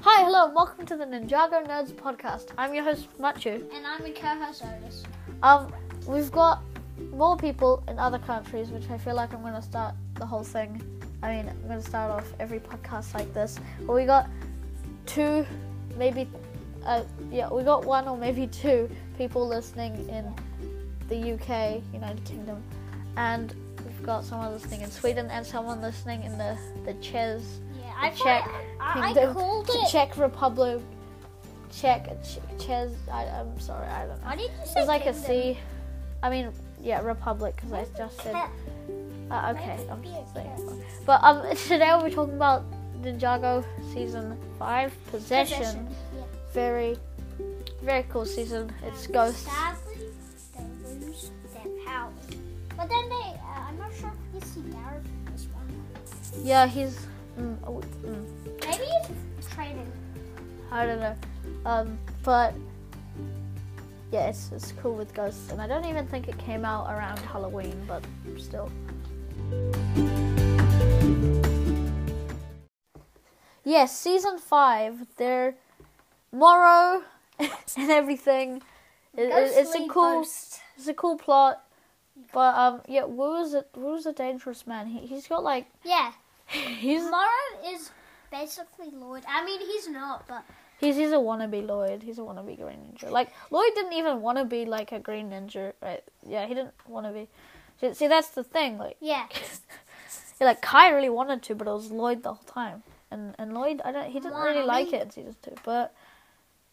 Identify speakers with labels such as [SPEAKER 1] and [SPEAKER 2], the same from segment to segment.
[SPEAKER 1] Hello and welcome to the Ninjago Nerds podcast. I'm your host Machu.
[SPEAKER 2] And I'm a co-host artist.
[SPEAKER 1] Um, we've got more people in other countries, which I feel like I'm gonna start the whole thing. I mean, I'm gonna start off every podcast like this. But we got two, maybe, uh, yeah, we got one or maybe two people listening in the UK, United Kingdom, and we've got someone listening in Sweden and someone listening in the the Czech
[SPEAKER 2] Yeah, I
[SPEAKER 1] Czech
[SPEAKER 2] thought- I, I
[SPEAKER 1] Kingdom.
[SPEAKER 2] called
[SPEAKER 1] Ch-
[SPEAKER 2] it.
[SPEAKER 1] Czech Republic, Czech, Ch- Ches. I, I'm sorry, I don't know.
[SPEAKER 2] Why did you say
[SPEAKER 1] There's like a
[SPEAKER 2] kingdom?
[SPEAKER 1] C. I mean, yeah, Republic, because I just said.
[SPEAKER 2] Cat.
[SPEAKER 1] Uh, okay,
[SPEAKER 2] Mine's
[SPEAKER 1] I'm
[SPEAKER 2] be a
[SPEAKER 1] just
[SPEAKER 2] cat.
[SPEAKER 1] saying. But um, today we'll be talking about Ninjago season five, possession.
[SPEAKER 2] Possession. Yeah.
[SPEAKER 1] Very, very cool season. It's ghosts.
[SPEAKER 2] Sadly, they lose their power. But then they, uh, I'm not sure if you see Gareth in this one.
[SPEAKER 1] Yeah, he's. Mm, oh, mm,
[SPEAKER 2] Maybe it's training.
[SPEAKER 1] I don't know. Um, but yeah, it's, it's cool with ghosts, and I don't even think it came out around Halloween, but still. Yes, season five. They're Morrow and everything. It- it- it's a
[SPEAKER 2] Ghostly
[SPEAKER 1] cool,
[SPEAKER 2] ghost.
[SPEAKER 1] it's a cool plot. But um, yeah, Woo's a Woo's a dangerous man. He he's got like
[SPEAKER 2] Yeah,
[SPEAKER 1] he's
[SPEAKER 2] Morrow is basically Lloyd. I mean, he's not, but
[SPEAKER 1] He's he's a wannabe Lloyd. He's a wannabe Green Ninja. Like Lloyd didn't even want to be like a Green Ninja, right? Yeah, he didn't want to be. See- See, that's the thing. Like,
[SPEAKER 2] yeah.
[SPEAKER 1] yeah, like Kai really wanted to, but it was Lloyd the whole time. And and Lloyd, I don't. He didn't really
[SPEAKER 2] Wannabe.
[SPEAKER 1] like it in season two. But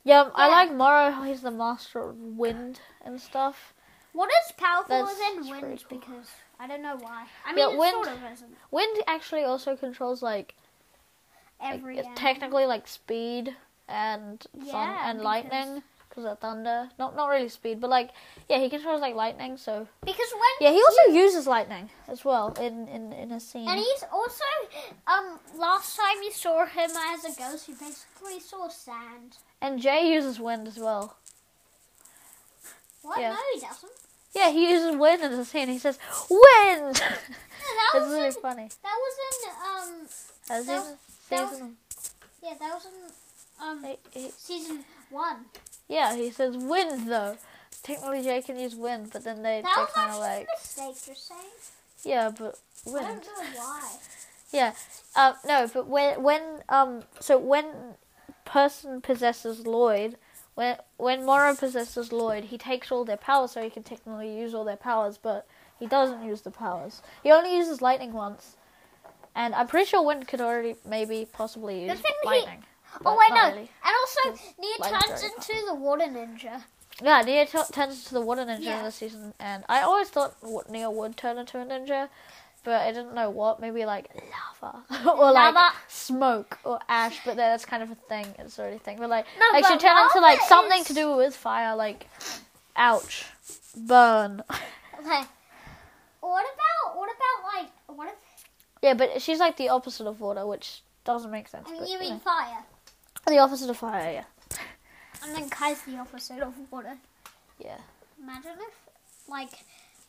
[SPEAKER 1] yeah, I
[SPEAKER 2] Yeah.
[SPEAKER 1] like Morrow. how He's the master of wind and stuff.
[SPEAKER 2] What is powerful
[SPEAKER 1] That's
[SPEAKER 2] than
[SPEAKER 1] pretty
[SPEAKER 2] wind?
[SPEAKER 1] cool.
[SPEAKER 2] Because I don't know why. I mean,
[SPEAKER 1] Yeah,
[SPEAKER 2] it
[SPEAKER 1] wind-
[SPEAKER 2] sort of isn't.
[SPEAKER 1] Wind actually also controls like, like
[SPEAKER 2] Every
[SPEAKER 1] it's
[SPEAKER 2] hour.
[SPEAKER 1] technically like speed and sun
[SPEAKER 2] Yeah,
[SPEAKER 1] and
[SPEAKER 2] because-
[SPEAKER 1] lightning because of thunder. Not not really speed, but like yeah, he controls like lightning. So.
[SPEAKER 2] because when
[SPEAKER 1] Yeah, he also uses lightning as well in in, in a scene.
[SPEAKER 2] And he's also, um, last time you saw him as a ghost, you basically saw sand.
[SPEAKER 1] And Jay uses wind as well.
[SPEAKER 2] What?
[SPEAKER 1] Yeah.
[SPEAKER 2] No, he doesn't.
[SPEAKER 1] Yeah, he uses wind in the scene. He says, "Wind."
[SPEAKER 2] No,
[SPEAKER 1] it's
[SPEAKER 2] that was
[SPEAKER 1] really
[SPEAKER 2] in,
[SPEAKER 1] funny.
[SPEAKER 2] that was in, um,
[SPEAKER 1] As
[SPEAKER 2] that
[SPEAKER 1] season,
[SPEAKER 2] that was-
[SPEAKER 1] season-
[SPEAKER 2] yeah, that was in, um,
[SPEAKER 1] he- he-
[SPEAKER 2] season one.
[SPEAKER 1] yeah, he says wind though. Technically, Jay can use wind, but then they
[SPEAKER 2] That
[SPEAKER 1] they
[SPEAKER 2] was
[SPEAKER 1] kind of
[SPEAKER 2] actually
[SPEAKER 1] like
[SPEAKER 2] a mistake, you're saying?
[SPEAKER 1] yeah, but
[SPEAKER 2] I
[SPEAKER 1] wind.
[SPEAKER 2] don't know why.
[SPEAKER 1] Uh, no, but when when um so when person possesses Lloyd, when when Morrow possesses Lloyd, he takes all their powers, so he can technically use all their powers, but he doesn't use the powers. He only uses lightning once, and I'm pretty sure Wind could already maybe possibly
[SPEAKER 2] The
[SPEAKER 1] use
[SPEAKER 2] thing he-
[SPEAKER 1] lightning. but
[SPEAKER 2] oh, wait,
[SPEAKER 1] not
[SPEAKER 2] no.
[SPEAKER 1] really.
[SPEAKER 2] And also,
[SPEAKER 1] like
[SPEAKER 2] Nia turns
[SPEAKER 1] very
[SPEAKER 2] into the water ninja.
[SPEAKER 1] Yeah, Nia t- turns into the water ninja
[SPEAKER 2] Yeah.
[SPEAKER 1] in this season, and I always thought what Nia would turn into a ninja, but I didn't know what. Maybe like lava or like
[SPEAKER 2] Lava.
[SPEAKER 1] smoke or ash, but then that's kind of a thing. It's already a thing. But like,
[SPEAKER 2] No,
[SPEAKER 1] like she
[SPEAKER 2] but
[SPEAKER 1] turned into
[SPEAKER 2] lava
[SPEAKER 1] like something
[SPEAKER 2] is-
[SPEAKER 1] to do with fire, like ouch, burn.
[SPEAKER 2] Like, what about, what about, like, what if,
[SPEAKER 1] yeah, but she's like the opposite of water, which doesn't make sense.
[SPEAKER 2] I
[SPEAKER 1] but,
[SPEAKER 2] mean, you
[SPEAKER 1] you
[SPEAKER 2] mean
[SPEAKER 1] know.
[SPEAKER 2] fire.
[SPEAKER 1] the opposite of fire? Yeah,
[SPEAKER 2] And then Kai's the opposite of water.
[SPEAKER 1] yeah.
[SPEAKER 2] Imagine if, like,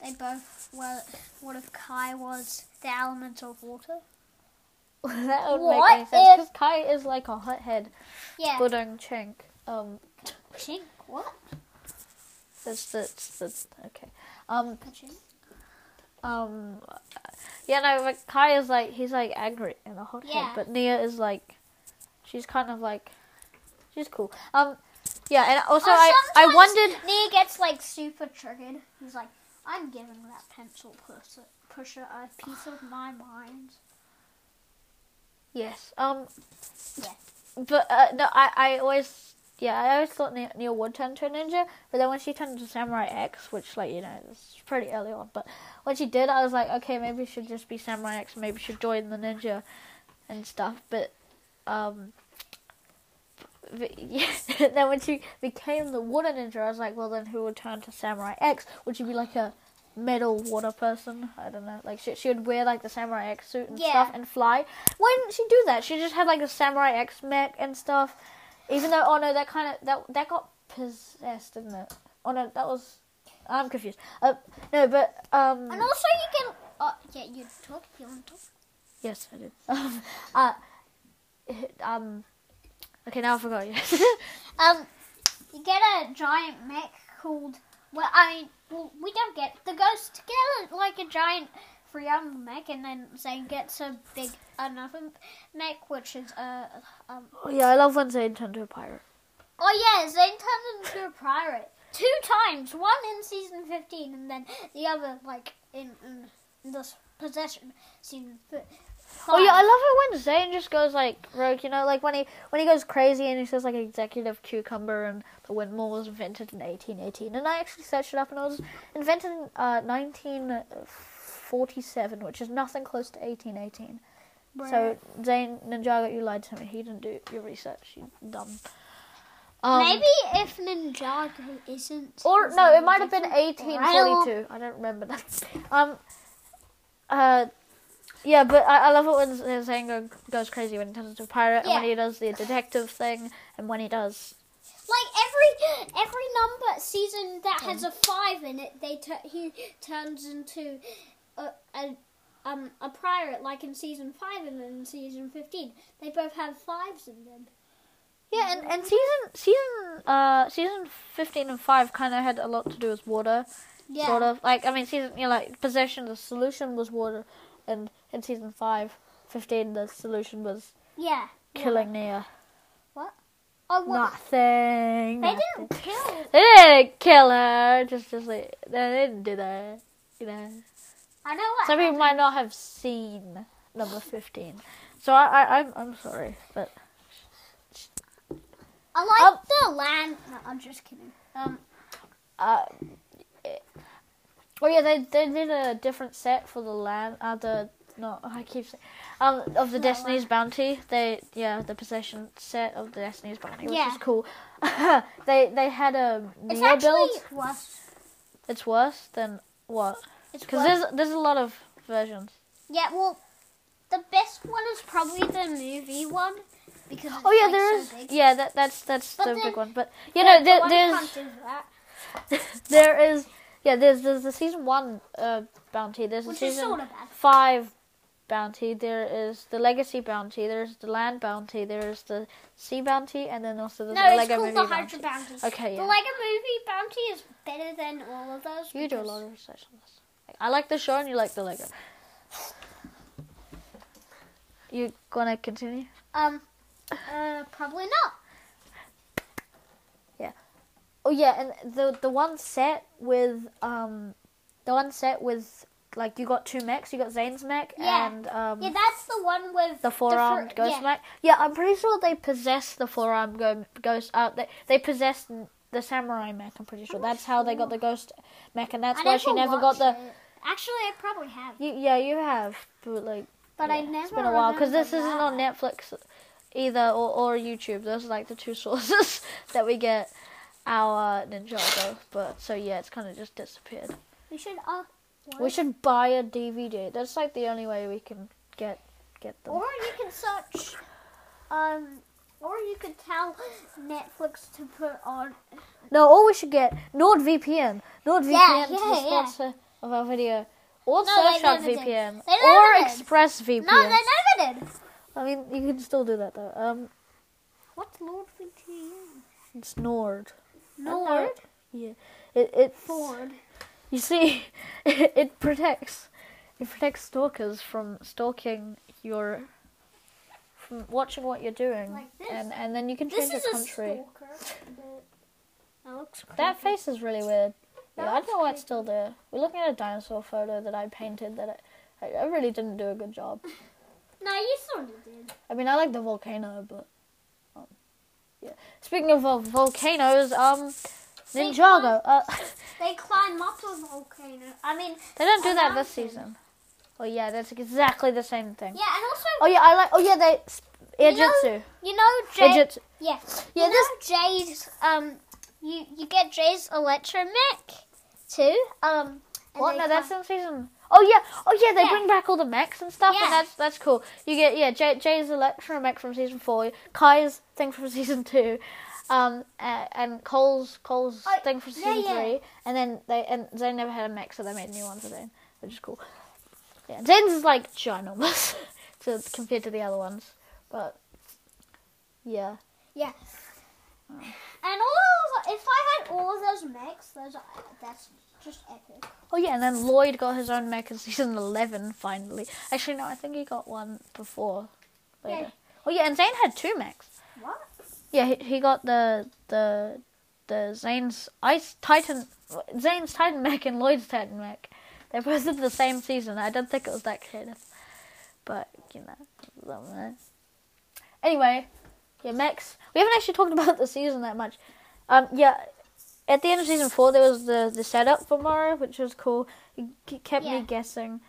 [SPEAKER 2] they both were. What if Kai was the element of water?
[SPEAKER 1] that would
[SPEAKER 2] What
[SPEAKER 1] make any sense
[SPEAKER 2] if-
[SPEAKER 1] because Kai is like a hothead,
[SPEAKER 2] Yeah.
[SPEAKER 1] budong chink. Um,
[SPEAKER 2] Chink? What?
[SPEAKER 1] That's that's that's okay. Um
[SPEAKER 2] Ka-chink?
[SPEAKER 1] um yeah no but Kai is like he's like angry and a hothead,
[SPEAKER 2] Yeah.
[SPEAKER 1] but Nia is like she's kind of like she's cool. Um yeah and also
[SPEAKER 2] Or
[SPEAKER 1] I I
[SPEAKER 2] sometimes
[SPEAKER 1] wondered
[SPEAKER 2] Nia gets, like, super triggered. He's like, I'm giving that pencil pusher, pusher a piece of my mind.
[SPEAKER 1] yes um
[SPEAKER 2] Yeah.
[SPEAKER 1] but uh, no I I always yeah I always thought Nia, Nia would turn to a ninja but then when she turned to Samurai X which like you know it's pretty early on but when she did I was like okay maybe she'll just be Samurai X maybe she'll join the ninja and stuff but um but yeah, then when she became the water ninja, I was like, well, then who would turn to Samurai X? Would she be like a metal water person? I don't know. Like she she would wear like the Samurai X suit and
[SPEAKER 2] Yeah.
[SPEAKER 1] stuff and fly. Why didn't she do that? She just had like a Samurai X mech and stuff. Even though, oh no, that kind of that that got possessed, didn't it? Oh no, that was. I'm confused. Uh, no, but um.
[SPEAKER 2] And also, you can. Oh, yeah, you talk. You want to talk?
[SPEAKER 1] Yes, I did. Um, uh, um, Okay, now I forgot. Yes.
[SPEAKER 2] Um, you get a giant mech called. Well, I mean, well, we don't get the ghost get a, like a giant three-armed mech, and then Zane gets a big another mech, which is a. Um,
[SPEAKER 1] Oh, yeah, I love when Zane turned into a pirate.
[SPEAKER 2] oh yeah, Zane turns into a pirate two times. One in season fifteen, and then the other like in, in this possession season. fi-
[SPEAKER 1] Oh yeah, I
[SPEAKER 2] five.
[SPEAKER 1] love it when Zane just goes like rogue. You know, like when he when he goes crazy and he says like executive cucumber and the windmill was invented in 1818. And I actually searched it up and it was invented in uh, 1947, which is nothing close to 1818. So Zane Ninjago, you lied to me. He didn't do your research. You dumb. Um,
[SPEAKER 2] Maybe if Ninjago isn't.
[SPEAKER 1] Or no, it might have been
[SPEAKER 2] different-
[SPEAKER 1] 1842. I don't remember that. Um, uh, yeah, but I, I love it when Zango goes crazy when he turns into a pirate, and
[SPEAKER 2] Yeah.
[SPEAKER 1] when he does the detective thing, and when he does.
[SPEAKER 2] Like every every number season that has a five in it, they tu- he turns into a, a um a pirate. Like in season five and in season fifteen, they both have fives in them.
[SPEAKER 1] Yeah, and, and season season uh season fifteen and five kind of had a lot to do with water,
[SPEAKER 2] Yeah,
[SPEAKER 1] sort of. Like I mean, season you know, like possession, the solution was water, and in season five, 15, the solution was
[SPEAKER 2] yeah.
[SPEAKER 1] killing Nia.
[SPEAKER 2] Oh, well,
[SPEAKER 1] Nothing.
[SPEAKER 2] they
[SPEAKER 1] nothing.
[SPEAKER 2] didn't kill.
[SPEAKER 1] They didn't kill her. Just, just like they didn't do that. You know,
[SPEAKER 2] I know what.
[SPEAKER 1] some people might not have seen number fifteen. So I, I, I'm, I'm sorry, but
[SPEAKER 2] I like
[SPEAKER 1] Um,
[SPEAKER 2] the land. No, I'm just kidding. Um,
[SPEAKER 1] uh, eh, oh yeah, they they did a different set for the land. Uh, the no, I keep saying, um, of the
[SPEAKER 2] No,
[SPEAKER 1] Destiny's Bounty. They yeah, the possession set of the Destiny's Bounty, which
[SPEAKER 2] Yeah.
[SPEAKER 1] is cool. they they had a
[SPEAKER 2] it's
[SPEAKER 1] Neo
[SPEAKER 2] actually
[SPEAKER 1] build.
[SPEAKER 2] worse.
[SPEAKER 1] It's worse than what?
[SPEAKER 2] It's
[SPEAKER 1] Because
[SPEAKER 2] worse.
[SPEAKER 1] there's there's a lot of versions.
[SPEAKER 2] Yeah, well, the best one is probably the movie one because it's
[SPEAKER 1] Oh yeah,
[SPEAKER 2] like,
[SPEAKER 1] there is.
[SPEAKER 2] so big.
[SPEAKER 1] Yeah, that that's that's
[SPEAKER 2] But
[SPEAKER 1] the
[SPEAKER 2] then-
[SPEAKER 1] big one. But you know,
[SPEAKER 2] the
[SPEAKER 1] there,
[SPEAKER 2] one
[SPEAKER 1] there's
[SPEAKER 2] can't do that,
[SPEAKER 1] there is yeah, there's there's the season one uh, bounty. There's the
[SPEAKER 2] which is
[SPEAKER 1] season
[SPEAKER 2] sort of bad.
[SPEAKER 1] five bounty. There is the legacy bounty. There's the land bounty. There's the sea bounty, and then also there's
[SPEAKER 2] No,
[SPEAKER 1] the
[SPEAKER 2] it's
[SPEAKER 1] Lego
[SPEAKER 2] called
[SPEAKER 1] movie
[SPEAKER 2] the
[SPEAKER 1] bounty.
[SPEAKER 2] Hydra Bounty.
[SPEAKER 1] Okay,
[SPEAKER 2] The
[SPEAKER 1] yeah.
[SPEAKER 2] Lego Movie Bounty is better than all of those.
[SPEAKER 1] You do a
[SPEAKER 2] because-
[SPEAKER 1] lot of research on this. Like, I like the show, and you like the Lego. You gonna continue?
[SPEAKER 2] Um, uh, probably not.
[SPEAKER 1] Oh yeah, and the the one set with um, the one set with like you got two mechs. You got Zane's mech
[SPEAKER 2] Yeah.
[SPEAKER 1] and um,
[SPEAKER 2] Yeah, that's the one with
[SPEAKER 1] the four armed
[SPEAKER 2] fir-
[SPEAKER 1] ghost
[SPEAKER 2] yeah.
[SPEAKER 1] mech. Yeah, I'm pretty sure they possess the four armed go- ghost. Uh, they they possessed n- the samurai mech. I'm pretty sure
[SPEAKER 2] I'm not
[SPEAKER 1] that's how they got the ghost mech, and that's
[SPEAKER 2] I
[SPEAKER 1] why she never got the.
[SPEAKER 2] watched it. Actually, I probably have,
[SPEAKER 1] You, yeah, you have, but like,
[SPEAKER 2] but I
[SPEAKER 1] yeah,
[SPEAKER 2] never.
[SPEAKER 1] it's been a while because this
[SPEAKER 2] remember
[SPEAKER 1] isn't
[SPEAKER 2] that.
[SPEAKER 1] on Netflix either or, or YouTube. Those are like the two sources that we get our Ninjago. But so yeah, it's kind of just disappeared.
[SPEAKER 2] We should. Uh, what?
[SPEAKER 1] We should buy a DVD. That's like the only way we can get get them.
[SPEAKER 2] Or you can search, um, or you could tell Netflix to put on.
[SPEAKER 1] No, or we should get NordVPN. NordVPN
[SPEAKER 2] Yeah,
[SPEAKER 1] is
[SPEAKER 2] yeah,
[SPEAKER 1] the
[SPEAKER 2] yeah.
[SPEAKER 1] sponsor of our video. Or
[SPEAKER 2] No, they
[SPEAKER 1] Surfshark
[SPEAKER 2] never did.
[SPEAKER 1] VPN.
[SPEAKER 2] They never
[SPEAKER 1] Or
[SPEAKER 2] did.
[SPEAKER 1] ExpressVPN.
[SPEAKER 2] No, they never did.
[SPEAKER 1] I mean, you can still do that though. Um,
[SPEAKER 2] What's Lord VPN?
[SPEAKER 1] it's Nord.
[SPEAKER 2] Nord.
[SPEAKER 1] Yeah. It it
[SPEAKER 2] Ford.
[SPEAKER 1] You see, it, it protects it protects stalkers from stalking your from watching what you're doing,
[SPEAKER 2] Like this.
[SPEAKER 1] and and then you can
[SPEAKER 2] This
[SPEAKER 1] change
[SPEAKER 2] is
[SPEAKER 1] your
[SPEAKER 2] a
[SPEAKER 1] country.
[SPEAKER 2] stalker. That looks creepy.
[SPEAKER 1] That face is really weird. Yeah,
[SPEAKER 2] That
[SPEAKER 1] I don't
[SPEAKER 2] looks
[SPEAKER 1] know why it's
[SPEAKER 2] creepy.
[SPEAKER 1] still there. We're looking at a dinosaur photo that I painted that I, I, I really didn't do a good job.
[SPEAKER 2] No, you sort of did.
[SPEAKER 1] I mean, I like the volcano, but um, yeah. Speaking of uh, volcanoes, um,
[SPEAKER 2] They
[SPEAKER 1] Ninjago. Uh,
[SPEAKER 2] They climb up a volcano. I mean,
[SPEAKER 1] they don't do
[SPEAKER 2] A
[SPEAKER 1] that this
[SPEAKER 2] mountain.
[SPEAKER 1] season. Oh yeah, that's exactly the same thing.
[SPEAKER 2] yeah, and also
[SPEAKER 1] Oh yeah, I like. Oh yeah, they
[SPEAKER 2] You know-
[SPEAKER 1] Ijutsu.
[SPEAKER 2] you know Jade.
[SPEAKER 1] Ijutsu.
[SPEAKER 2] Yeah,
[SPEAKER 1] Yeah,
[SPEAKER 2] You know Jade's. Um, you you get Jade's electromech too. Um, and
[SPEAKER 1] What?
[SPEAKER 2] they
[SPEAKER 1] No, that's
[SPEAKER 2] climb-
[SPEAKER 1] in season. Oh yeah, oh yeah, they
[SPEAKER 2] Yeah.
[SPEAKER 1] bring back all the mechs and stuff,
[SPEAKER 2] Yeah.
[SPEAKER 1] and that's that's cool. You get yeah, Jay, Jay's Electro mech from season four, Kai's thing from season two, um, a- and Cole's Cole's
[SPEAKER 2] Oh,
[SPEAKER 1] thing from
[SPEAKER 2] yeah,
[SPEAKER 1] season
[SPEAKER 2] yeah.
[SPEAKER 1] three, and then they and Zane never had a mech, so they made new ones for Zane, which is cool. Yeah, Zane's is like ginormous to compared to the other ones, but yeah,
[SPEAKER 2] Yeah. And all those, if I had all of those mechs, those are, that's just epic.
[SPEAKER 1] Oh yeah, and then Lloyd got his own mech in season eleven finally. Actually, no, I think he got one before. Later.
[SPEAKER 2] Yeah.
[SPEAKER 1] Oh yeah, and Zane had two mechs.
[SPEAKER 2] What?
[SPEAKER 1] Yeah, he, he got the the the Zane's Ice Titan, Zane's Titan mech and Lloyd's Titan mech. They both did the same season. I don't think it was that creative, but you know. I don't know. Anyway, yeah, mechs. We haven't actually talked about the season that much. Um, yeah. At the end of season four, there was the the setup for Mara, which was cool. It k- kept
[SPEAKER 2] Yeah.
[SPEAKER 1] me guessing,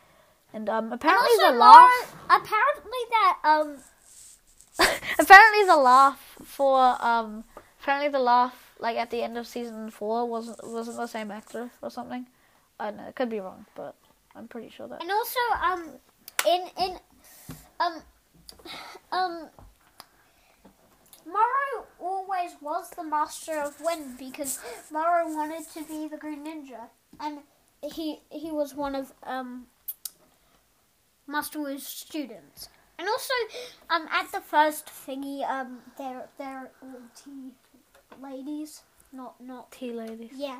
[SPEAKER 1] and um,
[SPEAKER 2] And
[SPEAKER 1] apparently
[SPEAKER 2] also
[SPEAKER 1] the
[SPEAKER 2] Mara-
[SPEAKER 1] last.
[SPEAKER 2] Apparently that um
[SPEAKER 1] apparently the laugh for um apparently the laugh like at the end of season four wasn't wasn't the same actor or something. I don't know, it could be wrong, but I'm pretty sure that
[SPEAKER 2] and also um in in um um Morrow always was the master of wind because Morrow wanted to be the Green Ninja and he he was one of um Master Wu's students. And also um at the first thingy um they're they're all tea ladies. Not not
[SPEAKER 1] tea lady.
[SPEAKER 2] yeah.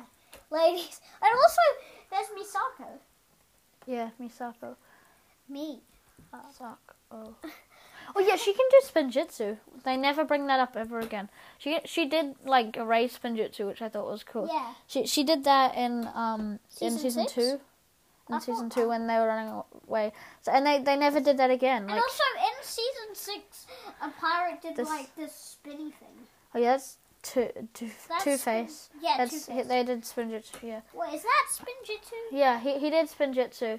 [SPEAKER 2] Ladies and also there's Misako.
[SPEAKER 1] Yeah, Misako.
[SPEAKER 2] Me.
[SPEAKER 1] Suck. Oh. Oh yeah, she can do spin jitsu. They never bring that up ever again. She she did like erase spin jitsu, which I thought was cool.
[SPEAKER 2] Yeah.
[SPEAKER 1] She she did that in um
[SPEAKER 2] Season
[SPEAKER 1] in season
[SPEAKER 2] six?
[SPEAKER 1] two. In
[SPEAKER 2] I thought-
[SPEAKER 1] season two when they were running away. So and they, they never did that again.
[SPEAKER 2] And
[SPEAKER 1] Like
[SPEAKER 2] also in season six, a pirate did
[SPEAKER 1] This-
[SPEAKER 2] like this spinny thing.
[SPEAKER 1] Oh yeah, that's two two
[SPEAKER 2] That's
[SPEAKER 1] two face.
[SPEAKER 2] Yeah,
[SPEAKER 1] That's
[SPEAKER 2] Two-Face.
[SPEAKER 1] they did spin jitsu. Yeah,
[SPEAKER 2] Wait, is that Spinjitzu?
[SPEAKER 1] yeah, he he did spin jitsu.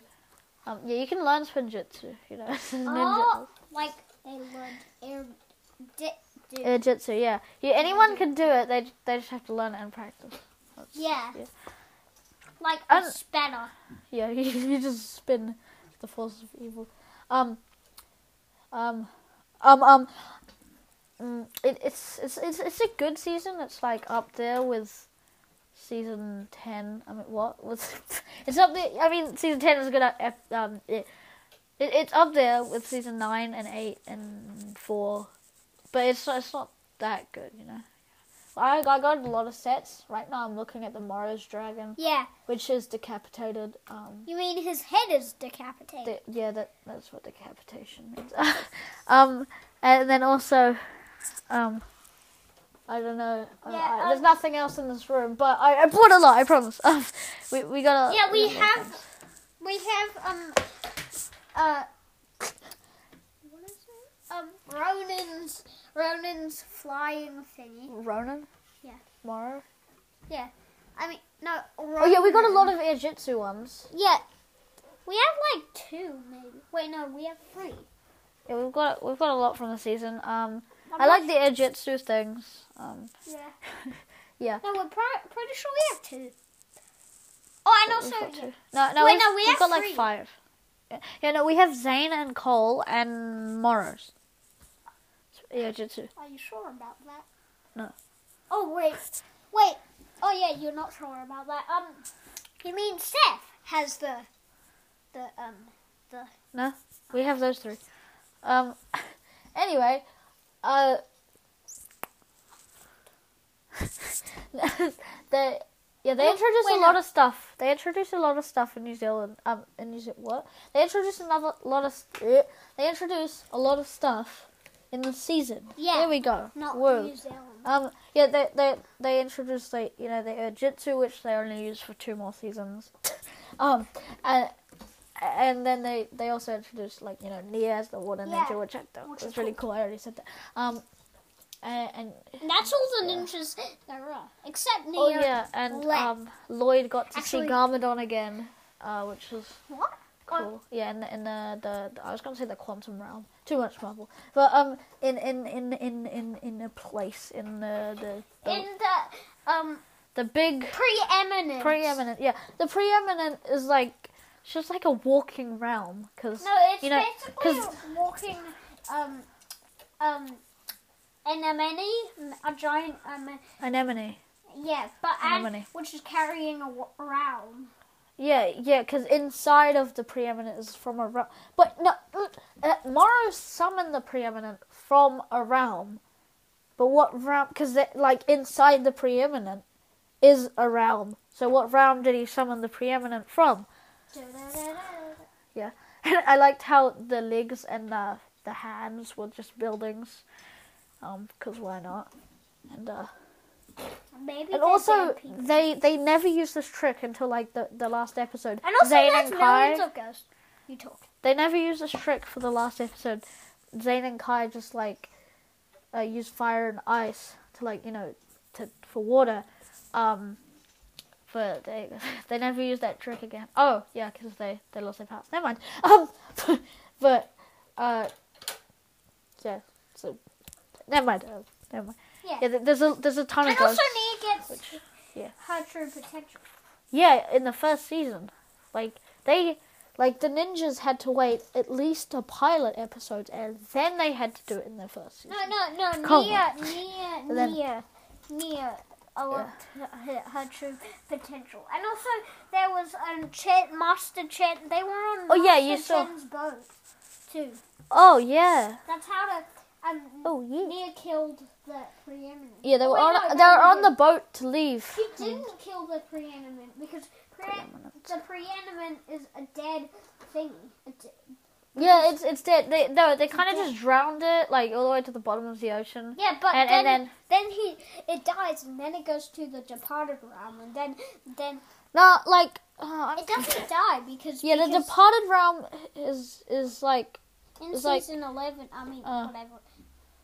[SPEAKER 1] Um, yeah, you can learn spin jitsu. You know, it's a ninja.
[SPEAKER 2] Oh, like they learned air. Di- di-
[SPEAKER 1] Uh, jitsu, yeah. yeah. Anyone can do it. They they just have to learn it and practice.
[SPEAKER 2] yeah.
[SPEAKER 1] yeah.
[SPEAKER 2] Like a
[SPEAKER 1] And-
[SPEAKER 2] spanner.
[SPEAKER 1] Yeah, you, you just spin the force of evil. Um, um, um, um. mm, It, it's it's it's it's a good season. It's like up there with season ten. I mean, what was? It's up there. I mean, season ten was a good. uh, ep- Um, it, it it's up there with season nine and eight and four, but it's not it's not that good, you know. I I got a lot of sets right now. I'm looking at the Morrow's Dragon
[SPEAKER 2] Yeah.
[SPEAKER 1] which is decapitated. Um,
[SPEAKER 2] You mean his head is decapitated?
[SPEAKER 1] de- yeah, that that's what decapitation means. um, and then also, um, I don't know. I-
[SPEAKER 2] Yeah,
[SPEAKER 1] I-
[SPEAKER 2] um,
[SPEAKER 1] there's nothing else in this room, but I, I brought a lot. I promise. Um, we we got a
[SPEAKER 2] yeah, we
[SPEAKER 1] got a lot of
[SPEAKER 2] have.
[SPEAKER 1] things.
[SPEAKER 2] We have um. Uh. What is it? Um, Ronin's Ronin's flying thingy.
[SPEAKER 1] Ronan.
[SPEAKER 2] Yeah.
[SPEAKER 1] Morrow.
[SPEAKER 2] I mean, no.
[SPEAKER 1] Oh yeah, we got a
[SPEAKER 2] Ronin.
[SPEAKER 1] lot of air jitsu ones.
[SPEAKER 2] Yeah. We have like two, maybe. Wait, no, we have three.
[SPEAKER 1] Yeah, we've got we've got a lot from the season. Um,
[SPEAKER 2] I'm
[SPEAKER 1] I like
[SPEAKER 2] not-
[SPEAKER 1] the air jitsu things. Um,
[SPEAKER 2] Yeah.
[SPEAKER 1] Yeah.
[SPEAKER 2] No, we're pro- pretty sure we have two. Oh, and
[SPEAKER 1] We've got
[SPEAKER 2] also,
[SPEAKER 1] two. No, no,
[SPEAKER 2] Wait,
[SPEAKER 1] we've,
[SPEAKER 2] no, we
[SPEAKER 1] we've
[SPEAKER 2] have
[SPEAKER 1] got like
[SPEAKER 2] three.
[SPEAKER 1] five. Yeah, Yeah, no, we have Zane and Cole and Morris. Yeah, Jitsu.
[SPEAKER 2] are you sure about that?
[SPEAKER 1] No.
[SPEAKER 2] Oh wait, wait. Oh yeah, you're not sure about that. Um, you mean Seth has the, the um, the
[SPEAKER 1] No, we have those three. Um. Anyway, uh, they yeah they
[SPEAKER 2] Oh,
[SPEAKER 1] introduced
[SPEAKER 2] wait,
[SPEAKER 1] a lot
[SPEAKER 2] no.
[SPEAKER 1] of stuff. They introduced a lot of stuff in New Zealand. Um, in New Zealand, what? They introduced another lot of. St- they introduced a lot of stuff in the season.
[SPEAKER 2] Yeah.
[SPEAKER 1] There we go.
[SPEAKER 2] not
[SPEAKER 1] Whoa.
[SPEAKER 2] New Zealand.
[SPEAKER 1] Um, yeah, they they they introduced like you know the urjitsu, which they only used for two more seasons. um, and and then they they also introduced like you know Nia as the water
[SPEAKER 2] Yeah,
[SPEAKER 1] ninja, which I thought
[SPEAKER 2] which
[SPEAKER 1] was
[SPEAKER 2] is
[SPEAKER 1] really cool. I already said that. Um, and, and
[SPEAKER 2] And that's all the
[SPEAKER 1] Yeah.
[SPEAKER 2] ninjas there are, except Neo.
[SPEAKER 1] oh yeah, and
[SPEAKER 2] left.
[SPEAKER 1] um Lloyd got to
[SPEAKER 2] Actually-
[SPEAKER 1] see Garmadon again, uh, which was
[SPEAKER 2] What?
[SPEAKER 1] cool. Yeah, in the, in the, the, the I was gonna say the quantum realm. Too much marble, but um in in in in in in a place in the the the,
[SPEAKER 2] In the um
[SPEAKER 1] the big
[SPEAKER 2] preeminent.
[SPEAKER 1] preeminent. Yeah, the preeminent is like it's just like a walking realm because
[SPEAKER 2] No, it's
[SPEAKER 1] you know,
[SPEAKER 2] basically
[SPEAKER 1] 'cause-
[SPEAKER 2] a walking um um an amene, a giant um
[SPEAKER 1] anemone.
[SPEAKER 2] yeah, but
[SPEAKER 1] Anemone.
[SPEAKER 2] and, which is carrying a wa- around.
[SPEAKER 1] Yeah, yeah, because inside of the preeminent is from a realm. mm, But no, uh, Morrow summoned the preeminent from a realm But what realm? Because like inside the preeminent is a realm. So what realm did he summon the preeminent from? Yeah, I liked how the legs and the the hands were just buildings, um, 'cause why not? And uh, and
[SPEAKER 2] Maybe they're
[SPEAKER 1] also
[SPEAKER 2] dead people.
[SPEAKER 1] they they never use this trick until like the the last episode.
[SPEAKER 2] and also
[SPEAKER 1] Zayn
[SPEAKER 2] there's millions of ghosts. You talk.
[SPEAKER 1] they never use this trick for the last episode. Zayn and Kai just like uh, use fire and ice to like you know to for water, um, but they they never use that trick again. Oh yeah, because they they lost their powers. Never mind. Um, but uh, yeah, so never mind. Uh, never mind.
[SPEAKER 2] Yeah.
[SPEAKER 1] Yeah, th- there's a there's a ton of
[SPEAKER 2] and
[SPEAKER 1] ghosts.
[SPEAKER 2] also Nia gets
[SPEAKER 1] yeah.
[SPEAKER 2] her true potential.
[SPEAKER 1] Yeah, in the first season. Like they like the ninjas had to wait at least a pilot episode and then they had to do it in the first season.
[SPEAKER 2] No, no, no.
[SPEAKER 1] Come
[SPEAKER 2] Nia, Nia,
[SPEAKER 1] And then-
[SPEAKER 2] Nia, Nia unlocked her, her true potential. And also, there was um, Chet, Master Chet. They were on
[SPEAKER 1] Oh,
[SPEAKER 2] Master
[SPEAKER 1] yeah, you saw-
[SPEAKER 2] Chet's boat too.
[SPEAKER 1] Oh yeah.
[SPEAKER 2] That's how the um,
[SPEAKER 1] Oh yeah.
[SPEAKER 2] Nia killed the preeminent.
[SPEAKER 1] Yeah, they
[SPEAKER 2] Oh,
[SPEAKER 1] were
[SPEAKER 2] wait,
[SPEAKER 1] on
[SPEAKER 2] no,
[SPEAKER 1] they
[SPEAKER 2] no,
[SPEAKER 1] were
[SPEAKER 2] he
[SPEAKER 1] on the
[SPEAKER 2] didn't.
[SPEAKER 1] boat to leave.
[SPEAKER 2] She didn't kill the preeminent because pre- the preeminent is a dead thing. A d-
[SPEAKER 1] Yeah, it's it's dead. They no, they kinda
[SPEAKER 2] Yeah.
[SPEAKER 1] just drowned it, like all the way to the bottom of the ocean.
[SPEAKER 2] Yeah, but
[SPEAKER 1] And-
[SPEAKER 2] then,
[SPEAKER 1] and
[SPEAKER 2] then he it dies and then it goes to the departed realm and then then
[SPEAKER 1] No, like uh,
[SPEAKER 2] it doesn't die because
[SPEAKER 1] yeah, the
[SPEAKER 2] because
[SPEAKER 1] departed realm is is like
[SPEAKER 2] in
[SPEAKER 1] it's like-
[SPEAKER 2] season eleven. I mean
[SPEAKER 1] Uh.
[SPEAKER 2] whatever.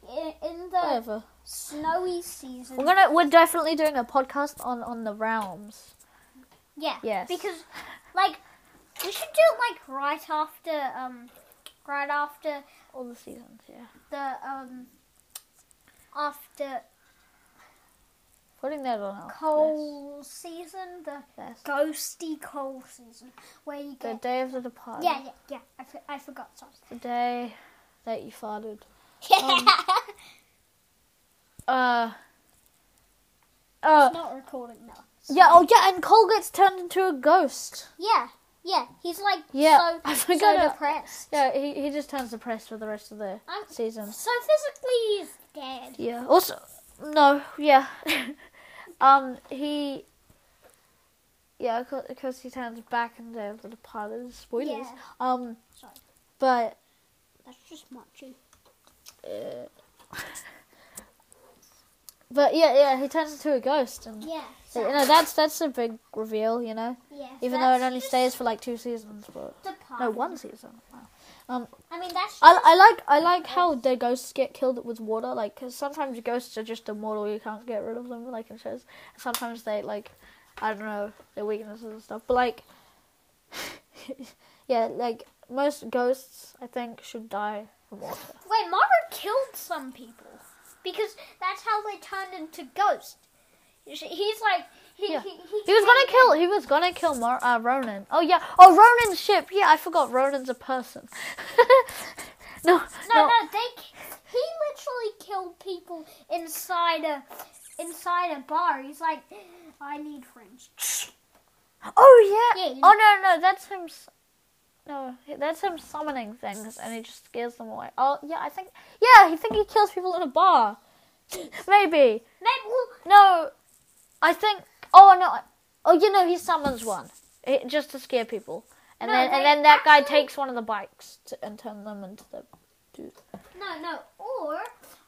[SPEAKER 2] I- In the
[SPEAKER 1] whatever.
[SPEAKER 2] snowy season,
[SPEAKER 1] We're gonna we're definitely doing a podcast on on the realms.
[SPEAKER 2] yeah,
[SPEAKER 1] Yes.
[SPEAKER 2] because like we should do it like right after um right after
[SPEAKER 1] All the seasons, yeah.
[SPEAKER 2] the um after
[SPEAKER 1] Putting that on our list.
[SPEAKER 2] coal season, the
[SPEAKER 1] Yes.
[SPEAKER 2] ghosty coal season, where you
[SPEAKER 1] The
[SPEAKER 2] get
[SPEAKER 1] day of the departed.
[SPEAKER 2] yeah yeah yeah. I, for- I forgot something.
[SPEAKER 1] The day that you farted. Um,
[SPEAKER 2] it's
[SPEAKER 1] Uh. Uh.
[SPEAKER 2] not recording now.
[SPEAKER 1] Yeah. Oh, yeah. And Cole gets turned into a ghost.
[SPEAKER 2] Yeah, yeah. He's like
[SPEAKER 1] Yeah,
[SPEAKER 2] so,
[SPEAKER 1] I
[SPEAKER 2] so
[SPEAKER 1] forgot it.
[SPEAKER 2] depressed.
[SPEAKER 1] Yeah. He he just turns depressed for the rest of the
[SPEAKER 2] I'm-
[SPEAKER 1] season.
[SPEAKER 2] So physically he's dead.
[SPEAKER 1] Yeah. Also, no. Yeah. um. He. Yeah, because he turns back into the departed. Spoilers.
[SPEAKER 2] Yeah.
[SPEAKER 1] Um.
[SPEAKER 2] Sorry,
[SPEAKER 1] But.
[SPEAKER 2] that's just much.
[SPEAKER 1] Uh, but yeah, yeah. He turns into a ghost, and
[SPEAKER 2] Yeah.
[SPEAKER 1] Mm. So,
[SPEAKER 2] So,
[SPEAKER 1] you know, that's that's a big reveal, you know.
[SPEAKER 2] yeah,
[SPEAKER 1] Even though
[SPEAKER 2] that's
[SPEAKER 1] it only
[SPEAKER 2] just Oh.
[SPEAKER 1] stays for like two seasons, but
[SPEAKER 2] the part.
[SPEAKER 1] no, one season. Wow.
[SPEAKER 2] I mean that's.
[SPEAKER 1] I,
[SPEAKER 2] just-
[SPEAKER 1] I like I like how the ghosts get killed with water, like 'cause sometimes ghosts are just immortal, you can't get rid of them, like in shows. Sometimes they like, I don't know, their weaknesses and stuff. But like, yeah, like most ghosts, I think, should die from water.
[SPEAKER 2] Wait, Mara killed some people because that's how they turned into ghosts. He's like he
[SPEAKER 1] Yeah.
[SPEAKER 2] he, he,
[SPEAKER 1] He was gonna kill. He was gonna kill Mar- uh, Ronan. Oh yeah. Oh Ronan's ship. Yeah, I forgot. Ronan's a person. no,
[SPEAKER 2] No, no, they. k- He literally killed people inside a inside a bar. He's like, I need friends.
[SPEAKER 1] Oh yeah.
[SPEAKER 2] Yeah, you-
[SPEAKER 1] oh no, no, that's him. s- No, that's him summoning things, and he just scares them away. Oh yeah, I think. Yeah, he think he kills people in a bar. Maybe.
[SPEAKER 2] Maybe well,
[SPEAKER 1] No, I think. Oh no. Oh, you know, he summons one eh, just to scare people, and
[SPEAKER 2] No,
[SPEAKER 1] then
[SPEAKER 2] they
[SPEAKER 1] and then that guy
[SPEAKER 2] actually-
[SPEAKER 1] takes one of the bikes to, and turns them into the. Dude.
[SPEAKER 2] No, no. Or,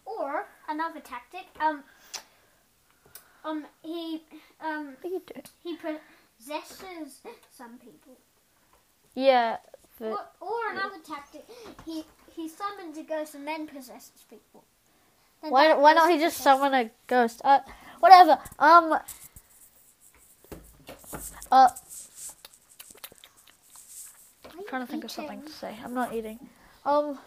[SPEAKER 2] or another tactic. Um, um, he, um,
[SPEAKER 1] What are you doing?
[SPEAKER 2] he possesses some people.
[SPEAKER 1] Yeah. But,
[SPEAKER 2] Or, or another tactic. He he summons a ghost and then possesses people. Then
[SPEAKER 1] Why,
[SPEAKER 2] that
[SPEAKER 1] why don't
[SPEAKER 2] ghost
[SPEAKER 1] he just
[SPEAKER 2] possesses-
[SPEAKER 1] summon a ghost? Uh, whatever. Um. Uh,
[SPEAKER 2] Why are you
[SPEAKER 1] trying to think of something to
[SPEAKER 2] eating?
[SPEAKER 1] say. I'm not eating. Um.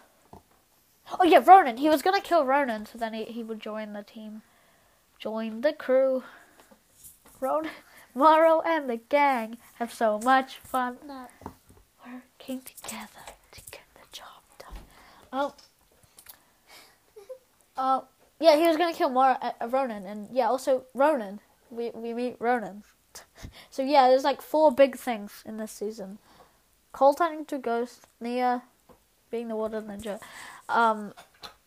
[SPEAKER 1] Oh yeah, Ronan. He was gonna kill Ronan, so then he, he would join the team, join the crew. Ronan, Morrow, and the gang have so much fun
[SPEAKER 2] No.
[SPEAKER 1] working together to get the job done. Oh. Oh. Yeah, he was gonna kill Mara, uh, uh, Ronan, and yeah, also Ronan. We we meet Ronan. so yeah, there's like four big things in this season: Cole turning to ghost, Nia being the water ninja, um,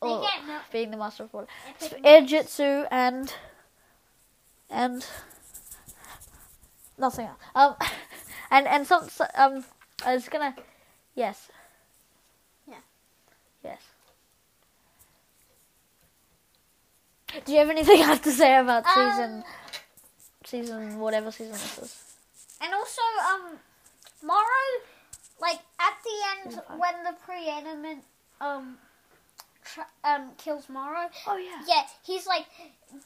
[SPEAKER 1] or
[SPEAKER 2] get milk.
[SPEAKER 1] being the master of water.
[SPEAKER 2] Epic
[SPEAKER 1] Air
[SPEAKER 2] Mix.
[SPEAKER 1] Jitsu and and nothing else. Um, and and some so- um, I was gonna, yes,
[SPEAKER 2] Yeah.
[SPEAKER 1] yes. Do you have anything else to say about
[SPEAKER 2] Um,
[SPEAKER 1] season season whatever season this is?
[SPEAKER 2] And also, um, Morrow, like at the end
[SPEAKER 1] Vampire.
[SPEAKER 2] when the preanimate um, tra- um kills Morrow,
[SPEAKER 1] Oh yeah.
[SPEAKER 2] yeah, he's like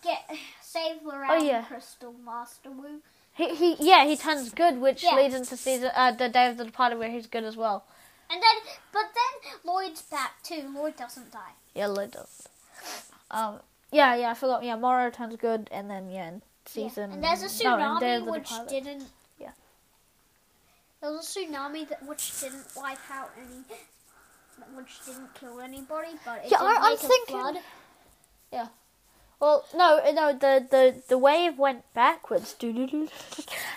[SPEAKER 2] get save Lorraine
[SPEAKER 1] Oh, yeah.
[SPEAKER 2] Crystal Master Wu.
[SPEAKER 1] He, he yeah he turns good, which
[SPEAKER 2] Yeah.
[SPEAKER 1] leads into season uh, the day of the departed where he's good as well.
[SPEAKER 2] And then, but then Lloyd's back too. Lloyd doesn't die.
[SPEAKER 1] Yeah, Lloyd does. Um, yeah, yeah, I forgot. Yeah, Morrow turns good, and then yeah, in
[SPEAKER 2] Yeah.
[SPEAKER 1] season.
[SPEAKER 2] And there's a
[SPEAKER 1] no, in
[SPEAKER 2] tsunami
[SPEAKER 1] Day of the
[SPEAKER 2] which
[SPEAKER 1] Departed.
[SPEAKER 2] didn't.
[SPEAKER 1] Yeah.
[SPEAKER 2] There was a tsunami that which didn't wipe out any, which didn't kill anybody, but it
[SPEAKER 1] Yeah,
[SPEAKER 2] did
[SPEAKER 1] I- I'm
[SPEAKER 2] make a
[SPEAKER 1] thinking-
[SPEAKER 2] flood.
[SPEAKER 1] Well, no, uh, no, the the the wave went backwards. Doo-doo-doo.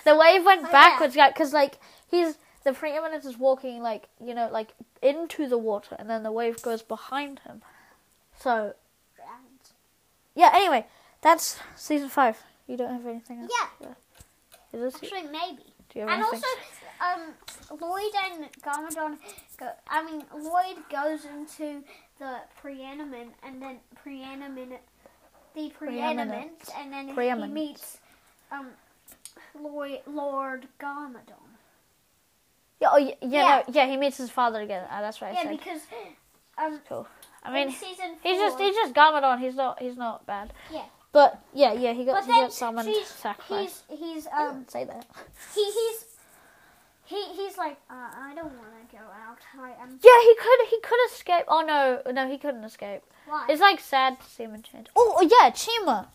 [SPEAKER 1] the wave went
[SPEAKER 2] Oh, yeah.
[SPEAKER 1] backwards, yeah, because like he's the preeminence is walking like you know like into the water, and then the wave goes behind him. So
[SPEAKER 2] And-
[SPEAKER 1] yeah, anyway, that's season five. You don't have anything else.
[SPEAKER 2] Yeah,
[SPEAKER 1] Is this,
[SPEAKER 2] actually, maybe.
[SPEAKER 1] do you have
[SPEAKER 2] And
[SPEAKER 1] anything?
[SPEAKER 2] also, um, Lloyd and Garmadon go. I mean, Lloyd goes into the preanimate, and then preanimate, the preanimate,
[SPEAKER 1] Preeminent.
[SPEAKER 2] and then
[SPEAKER 1] Preeminent.
[SPEAKER 2] he meets, um, Lloyd, Lord Garmadon.
[SPEAKER 1] yeah, oh, yeah, yeah,
[SPEAKER 2] yeah.
[SPEAKER 1] no, yeah, he meets his father again. Ah, that's right. I
[SPEAKER 2] Yeah,
[SPEAKER 1] said.
[SPEAKER 2] because, um,
[SPEAKER 1] cool. I
[SPEAKER 2] in
[SPEAKER 1] mean,
[SPEAKER 2] season four,
[SPEAKER 1] He's just he's just Garmadon. He's not he's not bad.
[SPEAKER 2] Yeah.
[SPEAKER 1] But yeah, yeah, he got
[SPEAKER 2] but
[SPEAKER 1] he
[SPEAKER 2] then
[SPEAKER 1] got summoned
[SPEAKER 2] she's-
[SPEAKER 1] sacrifice.
[SPEAKER 2] he's he's
[SPEAKER 1] I
[SPEAKER 2] um
[SPEAKER 1] didn't say that.
[SPEAKER 2] he he's he he's like uh, I don't want to go out. I am
[SPEAKER 1] Yeah, he could he could escape. Oh no, no, he couldn't escape.
[SPEAKER 2] why?
[SPEAKER 1] It's like sad to see him in change. Oh oh, yeah, Chima.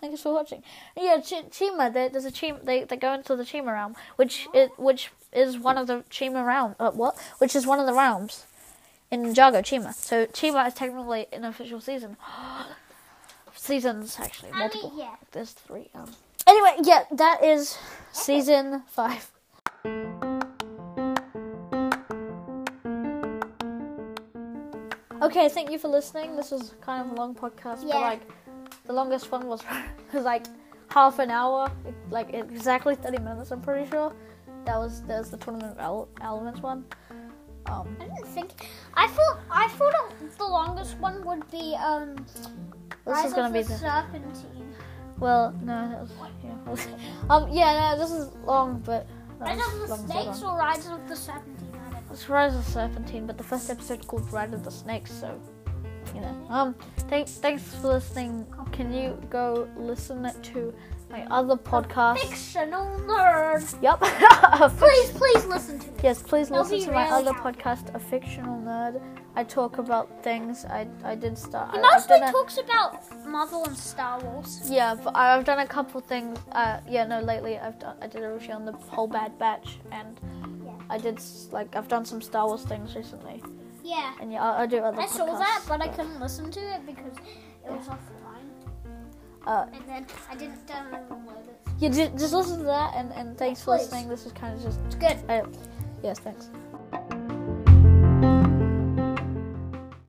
[SPEAKER 1] Thanks for watching. Yeah, Ch- Chima. There, there's a Chima. They they go into the Chima realm, which is which is one of the Chima realm. Uh, what? Which is one of the realms in Jago Chima. So Chima is technically an official season. Seasons actually,
[SPEAKER 2] I
[SPEAKER 1] multiple.
[SPEAKER 2] mean, yeah.
[SPEAKER 1] There's three. Um. Anyway, yeah, that is season five. Okay, thank you for listening. This was kind of a long podcast,
[SPEAKER 2] Yeah.
[SPEAKER 1] but like the longest one was was like half an hour, like exactly thirty minutes. I'm pretty sure that was there's the tournament of Ele- elements one. Um,
[SPEAKER 2] I didn't think. I thought I thought the longest one would be um.
[SPEAKER 1] this
[SPEAKER 2] Rise
[SPEAKER 1] is gonna
[SPEAKER 2] of
[SPEAKER 1] be
[SPEAKER 2] the
[SPEAKER 1] the
[SPEAKER 2] Serpentine.
[SPEAKER 1] well, no, that was yeah. um, yeah, no, this is long, but that
[SPEAKER 2] Rise
[SPEAKER 1] was long
[SPEAKER 2] of the
[SPEAKER 1] as that one.
[SPEAKER 2] Snakes or Rise of the Serpentine. I don't know.
[SPEAKER 1] It's Rise of Serpentine, but the first episode called Ride of the Snakes, so you know. Um, thanks, thanks for listening. Can you go listen to my other podcast?
[SPEAKER 2] Fictional nerd.
[SPEAKER 1] Yep.
[SPEAKER 2] Please, please listen to it.
[SPEAKER 1] yes, please
[SPEAKER 2] That'll
[SPEAKER 1] listen
[SPEAKER 2] be
[SPEAKER 1] to my
[SPEAKER 2] really
[SPEAKER 1] other
[SPEAKER 2] helpful.
[SPEAKER 1] podcast, A Fictional Nerd. I talk about things. I I did start.
[SPEAKER 2] He
[SPEAKER 1] I, I've
[SPEAKER 2] mostly
[SPEAKER 1] done a-
[SPEAKER 2] talks about Marvel and Star Wars.
[SPEAKER 1] yeah, but I- I've done a couple things. Uh, yeah, no, lately I've done. I did a review on the whole Bad Batch, and
[SPEAKER 2] Yeah.
[SPEAKER 1] I did s- like I've done some Star Wars things recently,
[SPEAKER 2] Yeah.
[SPEAKER 1] and yeah, I, I do other.
[SPEAKER 2] I saw that,
[SPEAKER 1] podcasts,
[SPEAKER 2] but I couldn't listen to it because it was offline,
[SPEAKER 1] Uh,
[SPEAKER 2] and then I didn't download it.
[SPEAKER 1] Yeah, just, just listen to that and, and thanks for
[SPEAKER 2] Please.
[SPEAKER 1] listening. This is kind of just.
[SPEAKER 2] It's good.
[SPEAKER 1] Uh, yes, thanks.